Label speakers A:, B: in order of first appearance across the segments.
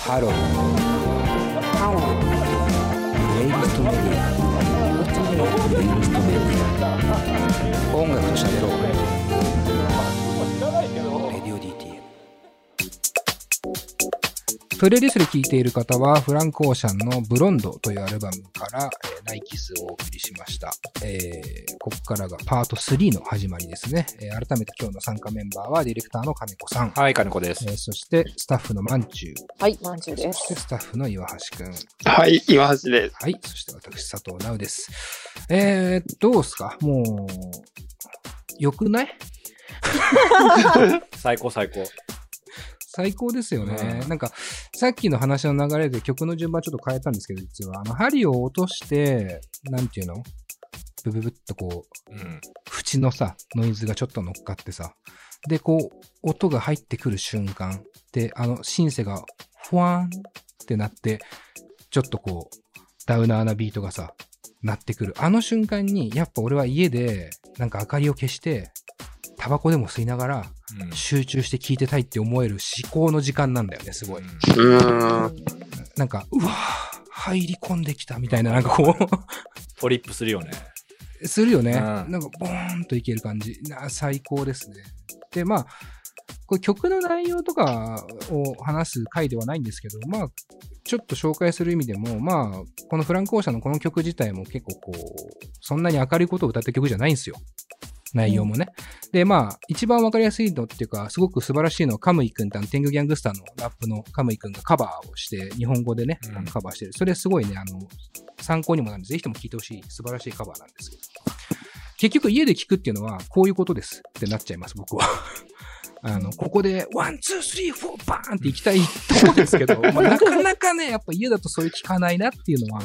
A: ハロー。ハロー。レイブストメディア。レイブストメディア。音楽と喋ろう。レディオ DTM。プレイリストで聴いている方は、フランク・オーシャンのブロンドというアルバムから、えーナイキスをお送りしました。えーここからがパート3の始まりですね。えー改めて今日の参加メンバーは、ディレクターの金子さん、
B: はい、金子です
A: え。ーそしてスタッフのまんちゅう、
C: はい、まんじゅうで
A: そして
C: す。
A: スタッフの岩橋くん、
D: はい、岩橋です。
A: はい、そして私、佐藤直です。えー、どうすかもう、よくない
B: 最高最高。
A: 最高ですよね。
B: うん
A: なんか、さっきの話の流れで曲の順番ちょっと変えたんですけど、実は、あの、針を落として、なんていうのブブブっとこう、
B: うん。
A: 縁のさ、ノイズがちょっと乗っかってさ、で、こう、音が入ってくる瞬間で、あの、シンセが、フワーンってなって、ちょっとこう、ダウナーなビートがさ、なってくる。あの瞬間に、やっぱ俺は家で、なんか明かりを消して、タバコでも吸いながら、
B: うん
A: 集中して聴いてたいって思える思考の時間なんだよね、すごい。
B: う
D: う
C: うん
D: ーん。
A: なんか、うわぁ、入り込んできたみたいな、なんかこう、
B: トリップするよね。
A: するよね。
B: うん
A: なんか、ボーンといける感じ。な最高ですね。で、まあ、これ曲の内容とかを話す回ではないんですけど、まあ、ちょっと紹介する意味でも、まあ、このフランク・オーシャンのこの曲自体も結構こう、そんなに明るいことを歌った曲じゃないんですよ。内容もね。で、まあ、一番わかりやすいのっていうか、すごく素晴らしいのは、カムイ君ってあの、天狗ギャングスターのラップのカムイ君がカバーをして、日本語でね、
B: うん
A: あのカバーしてる。それすごいね、あの、参考にもなるんで、ぜひとも聴いてほしい、素晴らしいカバーなんですけど。結局家で聞くっていうのは、こういうことですってなっちゃいます、僕は。あの、ここで、ワン、ツー、スリー、フォー、バーンって行きたいとこですけど、まあなかなかね、やっぱ家だとそういう聞かないなっていうのは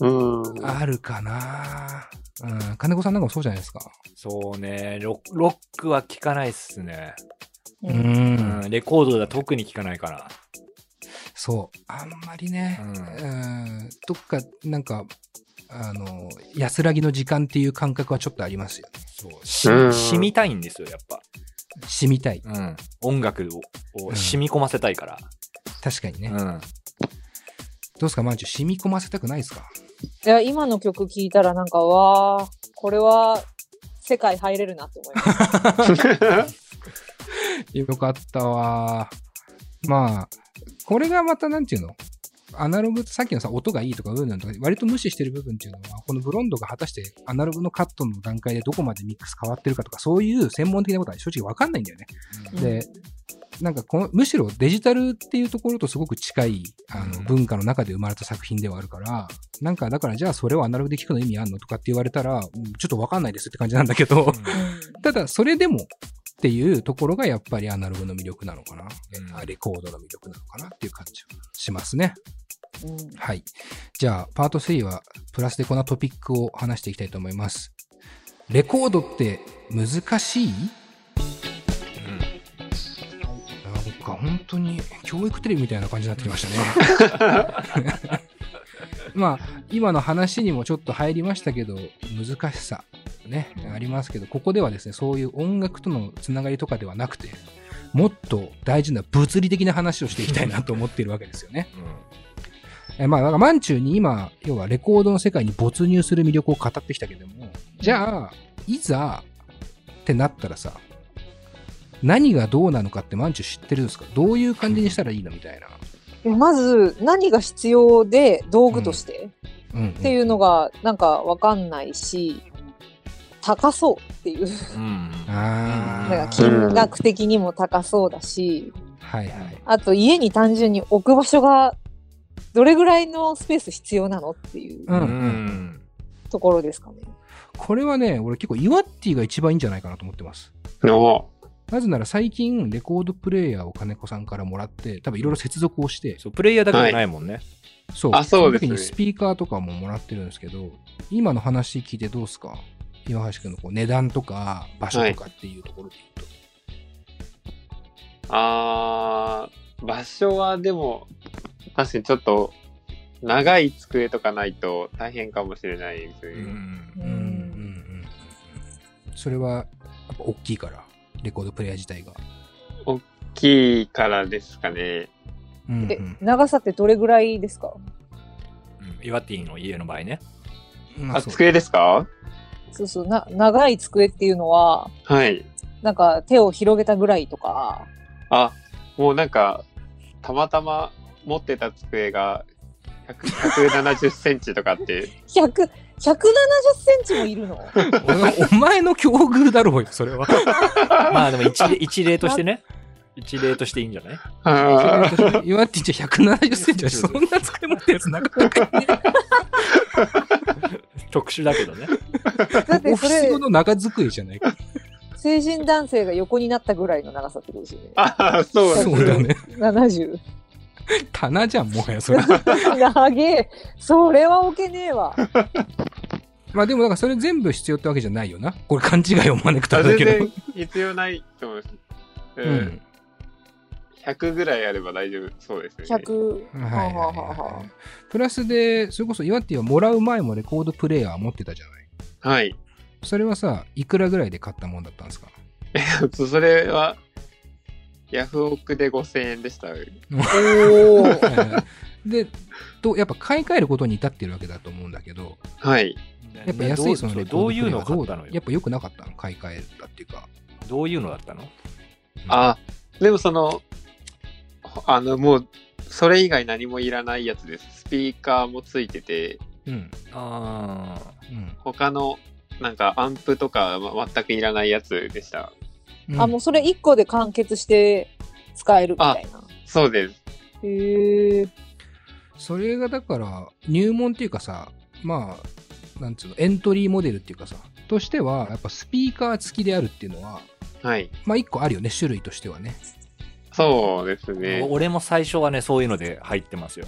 B: うん
D: うん。
A: あるかなうん、金子さんなんかもそうじゃないですか。
B: そうねロ、ロックは聴かないっすね。
C: う
A: うんん、
B: うんレコードでは特に聴かないか
A: そう。あんまりね
B: ら。、うん
A: うん、どっか、なんか、あの、安らぎの時間っていう感覚はちょっとありますよね。
B: そうし
D: うん
B: 染みたいんですよ、やっぱ。
A: 染みたい。
B: うん、音楽を
A: う
B: を
A: ん
B: 染み込ませたいから。
A: 確かにね。
B: う
A: どうんですか、まんじゅう、染み込ませたくないですか
C: いや、今の曲聴いたらなんか、わあ、これは世界入れるなって思います。
A: よかったわ。まあ、これがまたなんていうのアナログ、さっきのさ、音がいいとか、うんうんとか、割と無視してる部分っていうのは、このブロンドが果たしてアナログのカットの段階でどこまでミックス変わってるかとか、そういう専門的なことは正直わかんないんだ よね。
B: うん
A: で、なんかこの、むしろデジタルっていうところとすごく近い、あ
B: う
A: の、
B: ん
A: 文化の中で生まれた作品ではあるから、なんかだからじゃあそれをアナログで聞くの意味あんのとかって言われたら、うんちょっとわかんないですって感じなんだけど、ただ、それでもっていうところがやっぱりアナログの魅力なのかな、
B: うん
A: レコードの魅力なのかなっていう感じはしますね。
C: うんうん
A: はい。じゃあ、パート3はプラスでこんなトピックを話していきたいと思います。レコードって難しいなんか本当に教育テレビみたいな感じになってきましたね。まあ今の話にもちょっと入りましたけど難しさねありますけどここではですねそういう音楽とのつながりとかではなくてもっと大事な物理的な話をしていきたいなと思っているわけですよね。
B: うんうん
A: えまあだからマンチューに今要はレコードの世界に没入する魅力を語ってきたけどもじゃあいざってなったらさ何がどうなのかってマンチュー知ってるんですかどういう感じにしたらいいのみたいな。
C: いやまず、何が必要で道具として
A: うんうん
C: っていうのがなんかわかんないし、高そうっていう、
B: うん
A: あー
C: なんか金額的にも高そうだし、
A: はいはい。
C: あと家に単純に置く場所がどれぐらいのスペース必要なのっていう
A: うん
B: うん
C: ところですかね。
A: これはね、俺結構イワッティが一番いいんじゃないかなと思ってます。
D: の、
A: なぜなら最近レコードプレイヤーを金子さんからもらって、多分いろいろ接続をして、
B: そうプレイヤーだけじゃないもんね。
A: そう、
D: あそうです
A: の
D: ね
A: 時にスピーカーとかももらってるんですけど、今の話聞いてどうですか岩橋君のこう値段とか場所とかっていうところで言うと。
D: あー、場所はでも、確かにちょっと、長い机とかないと大変かもしれないです
B: う
D: ね。
A: う
B: ん
A: んうんうんうんそれはやっぱ大きいから、レコードプレイヤー自体が。
D: 大きいからですかね。
A: うんうん
C: え、長さってどれぐらいですか
B: うん、岩ティの家の場合ね。
A: ま
D: あ、
A: そう
D: 机ですか
C: そうそう、な、長い机っていうのは、
D: はい。
C: なんか手を広げたぐらいとか、
D: あ、もうなんか、たまたま持ってた机が100 170センチと かって、
C: 100、170センチもいるの
A: おお前の境遇だろうよ、それは。
B: まあでも一例一例としてね。一例としていいんじゃない
D: あ
A: 岩ってじゃ170センチだしそんな使い持ったやつなかなかいない
B: 特殊だけど ね。
C: だって
A: オフ
C: そ
A: ィス
C: れ
A: 用、の長机じゃないか。
C: 成人男性が横になったぐらいの長さってことですよね。
D: ーそうです
A: そ
D: ね
A: うだね。
C: 70。
A: 棚じゃん、もはや それ。
C: 長え。それは置けねえわ。
A: まあでも、なんかそれ全部必要ってわけじゃないよな。これ勘違いを招くた
D: あ
A: めだ
D: 全
A: けど
D: 然。必要ないと思います。う
A: うんん。
D: 100ぐらいあれば大丈夫そうですよね。
C: 100。
A: はいはい
C: はあはあ
A: は。
C: はい
A: プラスで、それこそ岩ってはもらう前もレコードプレイヤー持ってたじゃない。
D: はい。
A: それはさ、いくらぐらいで買ったもんだったんですか
D: それは、ヤフオクで5000円でした。
C: あおー。
A: で、と、やっぱ買い替えることに至ってるわけだと思うんだけど、
D: はい。
A: やっぱ安いその
B: どう
A: レ
B: ど
A: コ
B: う
A: ードプ
B: い
A: レ
B: う
A: イヤーど
B: の買
A: う
B: ったのよ。
A: やっぱ良くなかったの買い替えたっていうか。
B: どういうのだったの
D: あ、でもその、あの、もう、それ以外何もいらないやつです。スピーカーもついてて、
A: うん。
B: あ
A: うん。
D: 他の、なんかアンプとか、ま、全くいらないやつでした。
A: うん
C: あ、もうそれ1個で完結して使えるみたいな。
D: そうです。
C: へえ。
A: それがだから入門っていうかさまあなんつうのエントリーモデルっていうかさとしてはやっぱスピーカー付きであるっていうのは
D: はい。
A: まあ一個あるよね種類としてはね
D: そうです
B: あ、
D: ね。
B: 俺も最初はね、そういうので入ってますよ。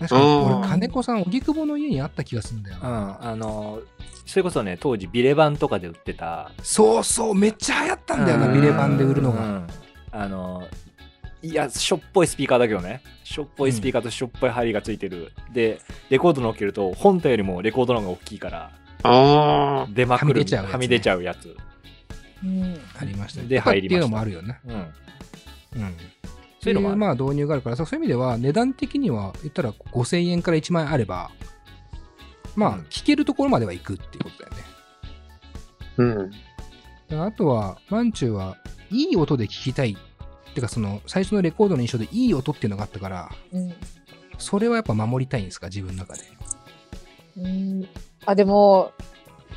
A: 確かに
D: うん
A: 俺金子さん荻窪の家にあった気がするんだよ
B: うん。
A: な、
B: あの、それこそね、当時ビレ版とかで売ってた。
A: そうそうめっちゃ流行ったんだよな
B: う
A: ビレ版で売るの
B: う
A: が
B: んあの、いや、しょっぽいスピーカーだけどね。しょっぽいスピーカーとしょっぽい針がついてる。で、レコードのっけると、本体よりもレコードの方が大きいから、
D: あ
B: 出まくる。
A: はみ出ちゃうやつね
B: はみ出ちゃうやつ。
C: うん。
A: ありましたね
B: で
A: とか
B: 入り
A: っ
B: ました
A: ていうのもあるよね
B: うん。
A: うん
B: そういうのもある
A: まあ導入があるからさそういう意味では値段的には言ったら5000円から1万円あればまあ
B: うん
A: 聞けるところまではいくっていうことだよね
D: あ。うん。
A: だからあとは、マンチューはいい音で聞きたい。てか、その、最初のレコードの印象でいい音っていうのがあったから、
C: うん
A: それはやっぱ守りたいんですか、自分の中で。
C: うん。あ、でも、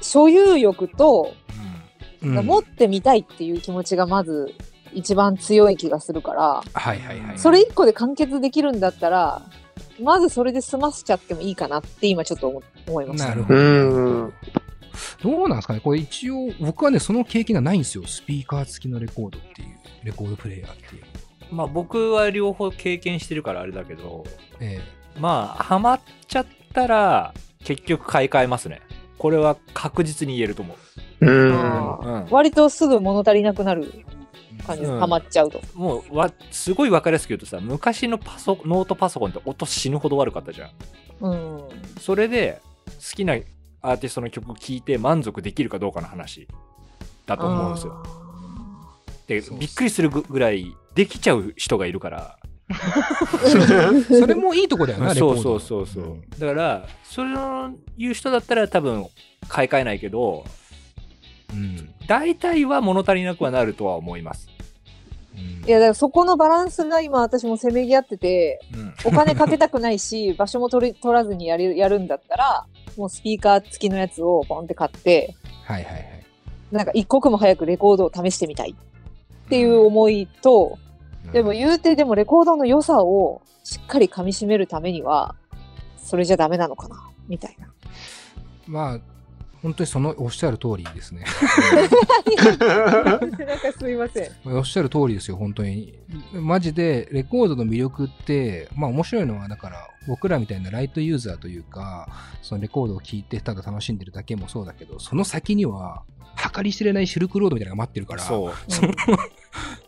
C: 所有欲と、
A: うん
C: 持ってみたいっていう気持ちがまず一番強い気がするから、
A: はいはいはい。
C: それ一個で完結できるんだったら、まずそれで済ませちゃってもいいかなって今ちょっと思思いました。
A: なるほど。
D: うん
A: どうなんですかねこれ一応、僕はね、その経験がないんですよ。スピーカー付きのレコードっていう、レコードプレイヤーっていう。
B: まあ僕は両方経験してるからあれだけど、
A: え
B: まあハマっちゃったら結局買い替えますね。これは確実に言えると思う。
D: うん。
C: あ
B: うん、
C: ー割とすぐ物足りなくなる感じです。
B: うん
C: ハマっちゃうと。
B: もうわすごい分かりやすく言うとさ昔のパソノートパソコンって音死ぬほど悪かったじゃん。
C: うん。
B: それで好きなアーティストの曲聴いて満足できるかどうかの話だと思うんですよ。で
A: そうそう
B: びっくりするぐらいできちゃう人がいるから。
A: えそれもいいとこだよ な、レコー
B: そう
A: ド。
B: そうそうそう、
A: ん
B: だからそれを言う人だったら多分買い替えないけど
A: うん。
B: 大体は物足りなくはなるとは思います、
A: うん
C: いや、だからそこのバランスが今私もせめぎ合ってて、
B: うん
C: お金かけたくない し、場所も取り取らずにやるやるんだったら、もうスピーカー付きのやつをボンって買って、
A: はいはいはい。
C: なんか一刻も早くレコードを試してみたいっていう思いと、でも言うてでもレコードの良さをしっかり噛み締めるためには、それじゃダメなのかな、みたいな。
A: まあ、本当にそのおっしゃる通りです ね。
C: なんかすいません。
A: おっしゃる通りですよ、本当に。マジで、レコードの魅力って、まあ面白いのは、だから、僕らみたいなライトユーザーというか、そのレコードを聴いて、ただ楽しんでるだけもそうだけど、その先には、計り知れないシルクロードみたいなのが待ってるから、
B: そ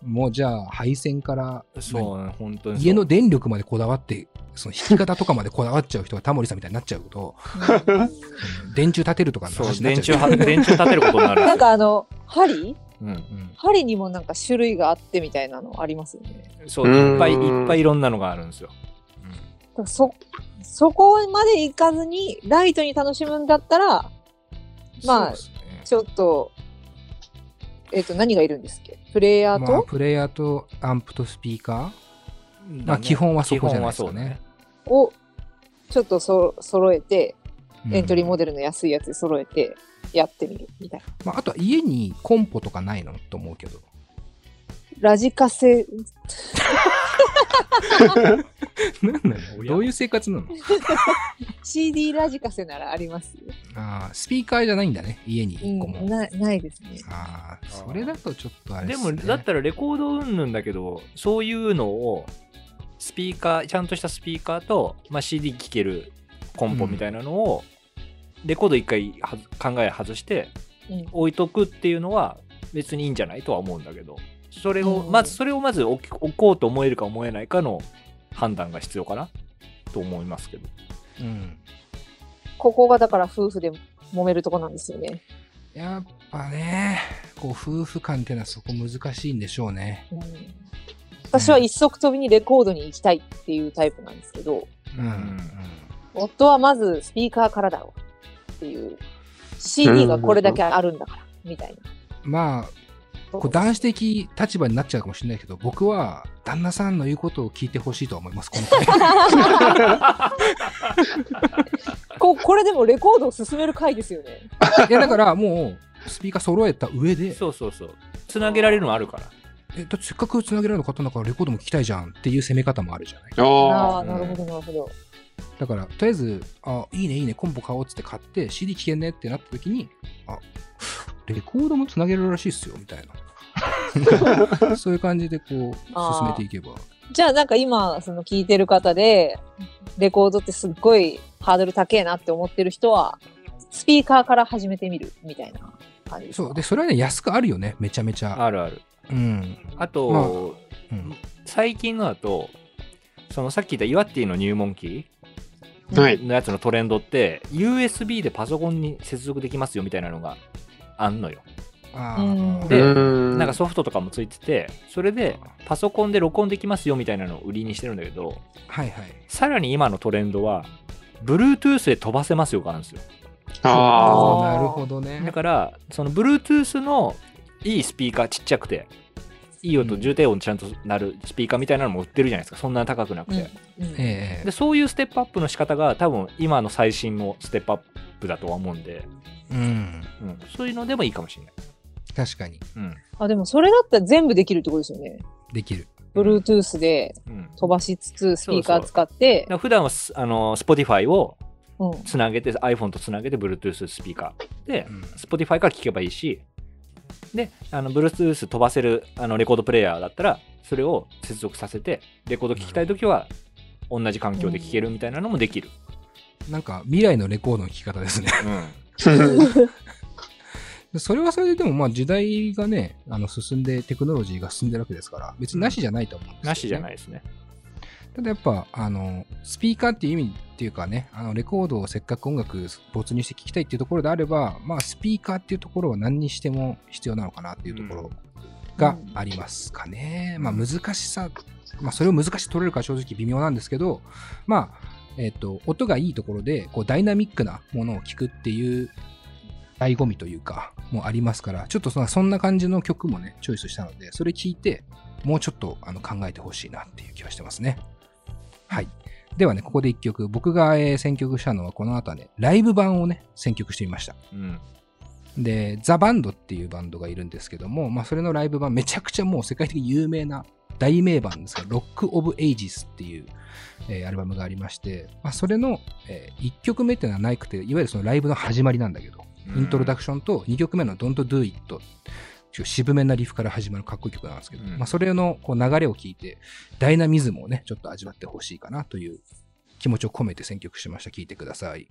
A: もうじゃあ、配線から、
B: うそう本当にそう
A: 家の電力までこだわって、その弾き方とかまでこだわっちゃう人がタモリさんみたいになっちゃうと、電柱立てるとかの
B: そう
A: 話になっ
B: 電
A: ちゃ
B: 柱
A: う。
B: は電柱立てることになる
C: なんかあの、針
B: うん。
A: うん
C: 針にもなんか種類があってみたいなのありますよね。
B: そう、
D: うーん
B: いっぱいいっぱいいろんなのがあるんですよ。
C: だからそそこまで行かずにライトに楽しむんだったらまあ
B: そうですね
C: ちょっとえっ、と何がいるんですっけプレイヤー
A: まあ、
C: と
A: プレイヤーとアンプとスピーカ
B: だ
A: まあ
B: ね
A: 基本はそこじゃないですかね
C: をちょっとそ揃えて
A: ー、
C: エントリーモ
A: デ
C: デルの安いやつ揃えてやってみるみたいな。
A: ル、まあ、あとは家にコンポとかないのと思うけど
C: ラジカセ
A: 何 なのどういう生活なの
C: CD ラジカセならあります、
A: あースピーカーじゃないんだね家に
C: う
A: 1個も、
C: ん、なないですね。
A: ああそれだとちょっとあれ、
B: ですも
A: ね、
B: だったらレコード云々だけどそういうのをスピーカーちゃんとしたスピーカーと、まあ、CD 聴けるコンポみたいなのを、レコード一回は考え外して
C: うん
B: 置いとくっていうのは別にいいんじゃないとは思うんだけどそれを
C: うん
B: まずそれをまず置き置こうと思えるか思えないかの判断が必要かなと思いますけど
A: うん、
C: ここがだから夫婦で揉めるとこなんですよね。
A: やっぱねこう夫婦間ってのはそこ難しいんでしょうね
C: うん私は一足飛びにレコードに行きたいっていうタイプなんですけど、
A: うん、
B: うん
C: 夫はまずスピーカーからだろうっていう、CD がこれだけあるんだから、みたいな。
A: まあこう男子的立場になっちゃうかもしれないけど僕は旦那さんの言うことを聞いてほしいとは思いますこの回
C: ここれでもレコードを進める回ですよね。
A: いやだからもうスピーカー揃えた上で
B: そうそうそうつなげられるのあるから
A: えだってせっかくつなげられる方だからレコードも聞きたいじゃんっていう攻め方もあるじゃない
D: あ
C: あ
D: あ。
C: あ、なるほど、なるほど。
A: だからとりあえずあいいねいいねコンボ買おうっつって買って CD 聴けんねってなった時にあレコードもつなげるらしいっすよみたいなそういう感じでこう進
C: あー
A: めていけば
C: じゃあなんか今、その聞いてる方で、レコードってすっごいハードル高えなって思ってる人は、スピーカーから始めてみるみたいな感じですか
A: そうでそれはね安くあるよねめちゃめちゃ
B: あるある
A: うん
B: あと、
A: うん
B: 最近のだとそのさっき言ったイワッティの入門機
D: はい。
B: のやつのトレンドって USB でパソコンに接続できますよみたいなのがあんのよ
A: あ
C: うん
A: ー
B: で
D: うん
B: なんかソフトとかもついててそれでパソコンで録音できますよみたいなのを売りにしてるんだけど
A: はいはい
B: さらに今のトレンドは Bluetooth で飛ばせますよがあるんですよ
D: あ
C: ー
A: あ ーなるほどね
B: だからその Bluetooth のいいスピーカーちっちゃくていい音
A: うん
B: 重低音ちゃんとなるスピーカーみたいなのも売ってるじゃないですかそんな高くなくて、
C: うんうん
A: ええ
B: でそういうステップアップの仕方が多分今の最新のステップアップだとは思うんで、
A: うん
B: うん、そういうのでもいいかもしれない、
A: 確かに
B: うん
C: あ、でもそれだったら全部できるってことですよね。
A: できる
C: Bluetooth で
B: うん、だ
C: 飛ばしつつ、スピーカー使って
B: か、ら普段はすあの Spotify を
C: うん
B: つなげて iPhone とつなげて Bluetooth スピーカーで
A: うん
B: Spotify から聞けばいいしであの Bluetooth 飛ばせるあのレコードプレイヤーだったらそれを接続させてレコード聞きたい時は同じ環境で聞けるみたいなのもできる、
A: なんか未来のレコードの聴き方ですね
B: うん
D: ー。
A: それはそれででもまあ時代がねあの進んでテクノロジーが進んでるわけですから別になしじゃないと思うんですよね
B: なしじゃないですね
A: ただやっぱあのスピーカーっていう意味っていうかねあのレコードをせっかく音楽没入して聴きたいっていうところであればまあスピーカーっていうところは何にしても必要なのかなっていうところがありますかね、まあ難しさまあそれを難しく取れるかは正直微妙なんですけどまあえっ、と音がいいところでこうダイナミックなものを聴くっていう醍醐味というかもありますからちょっとそんなそんな感じの曲もねチョイスしたのでそれ聞いてもうちょっとあの考えてほしいなっていう気はしてますね。はい。ではね、ここで1曲、僕が、えー選曲したのはこの後はね、ライブ版をね、選曲してみました。
B: うん
A: で、ザ・バンドっていうバンドがいるんですけども、まあ、それのライブ版、めちゃくちゃもう世界的に有名な大名版ですが、ロック・オブ・エイジスっていう、えーアルバムがありまして、まあ、それの、え1曲目っていうのはなくて、いわゆるそのライブの始まりなんだけど、イントロダクションと2曲目の Don't Do It ちょ渋めなリフから始まるかっこいい曲なんですけど、
B: うん
A: まあ、それのこう流れを聞いてダイナミズムをねちょっと味わってほしいかなという気持ちを込めて選曲しました聞いてください。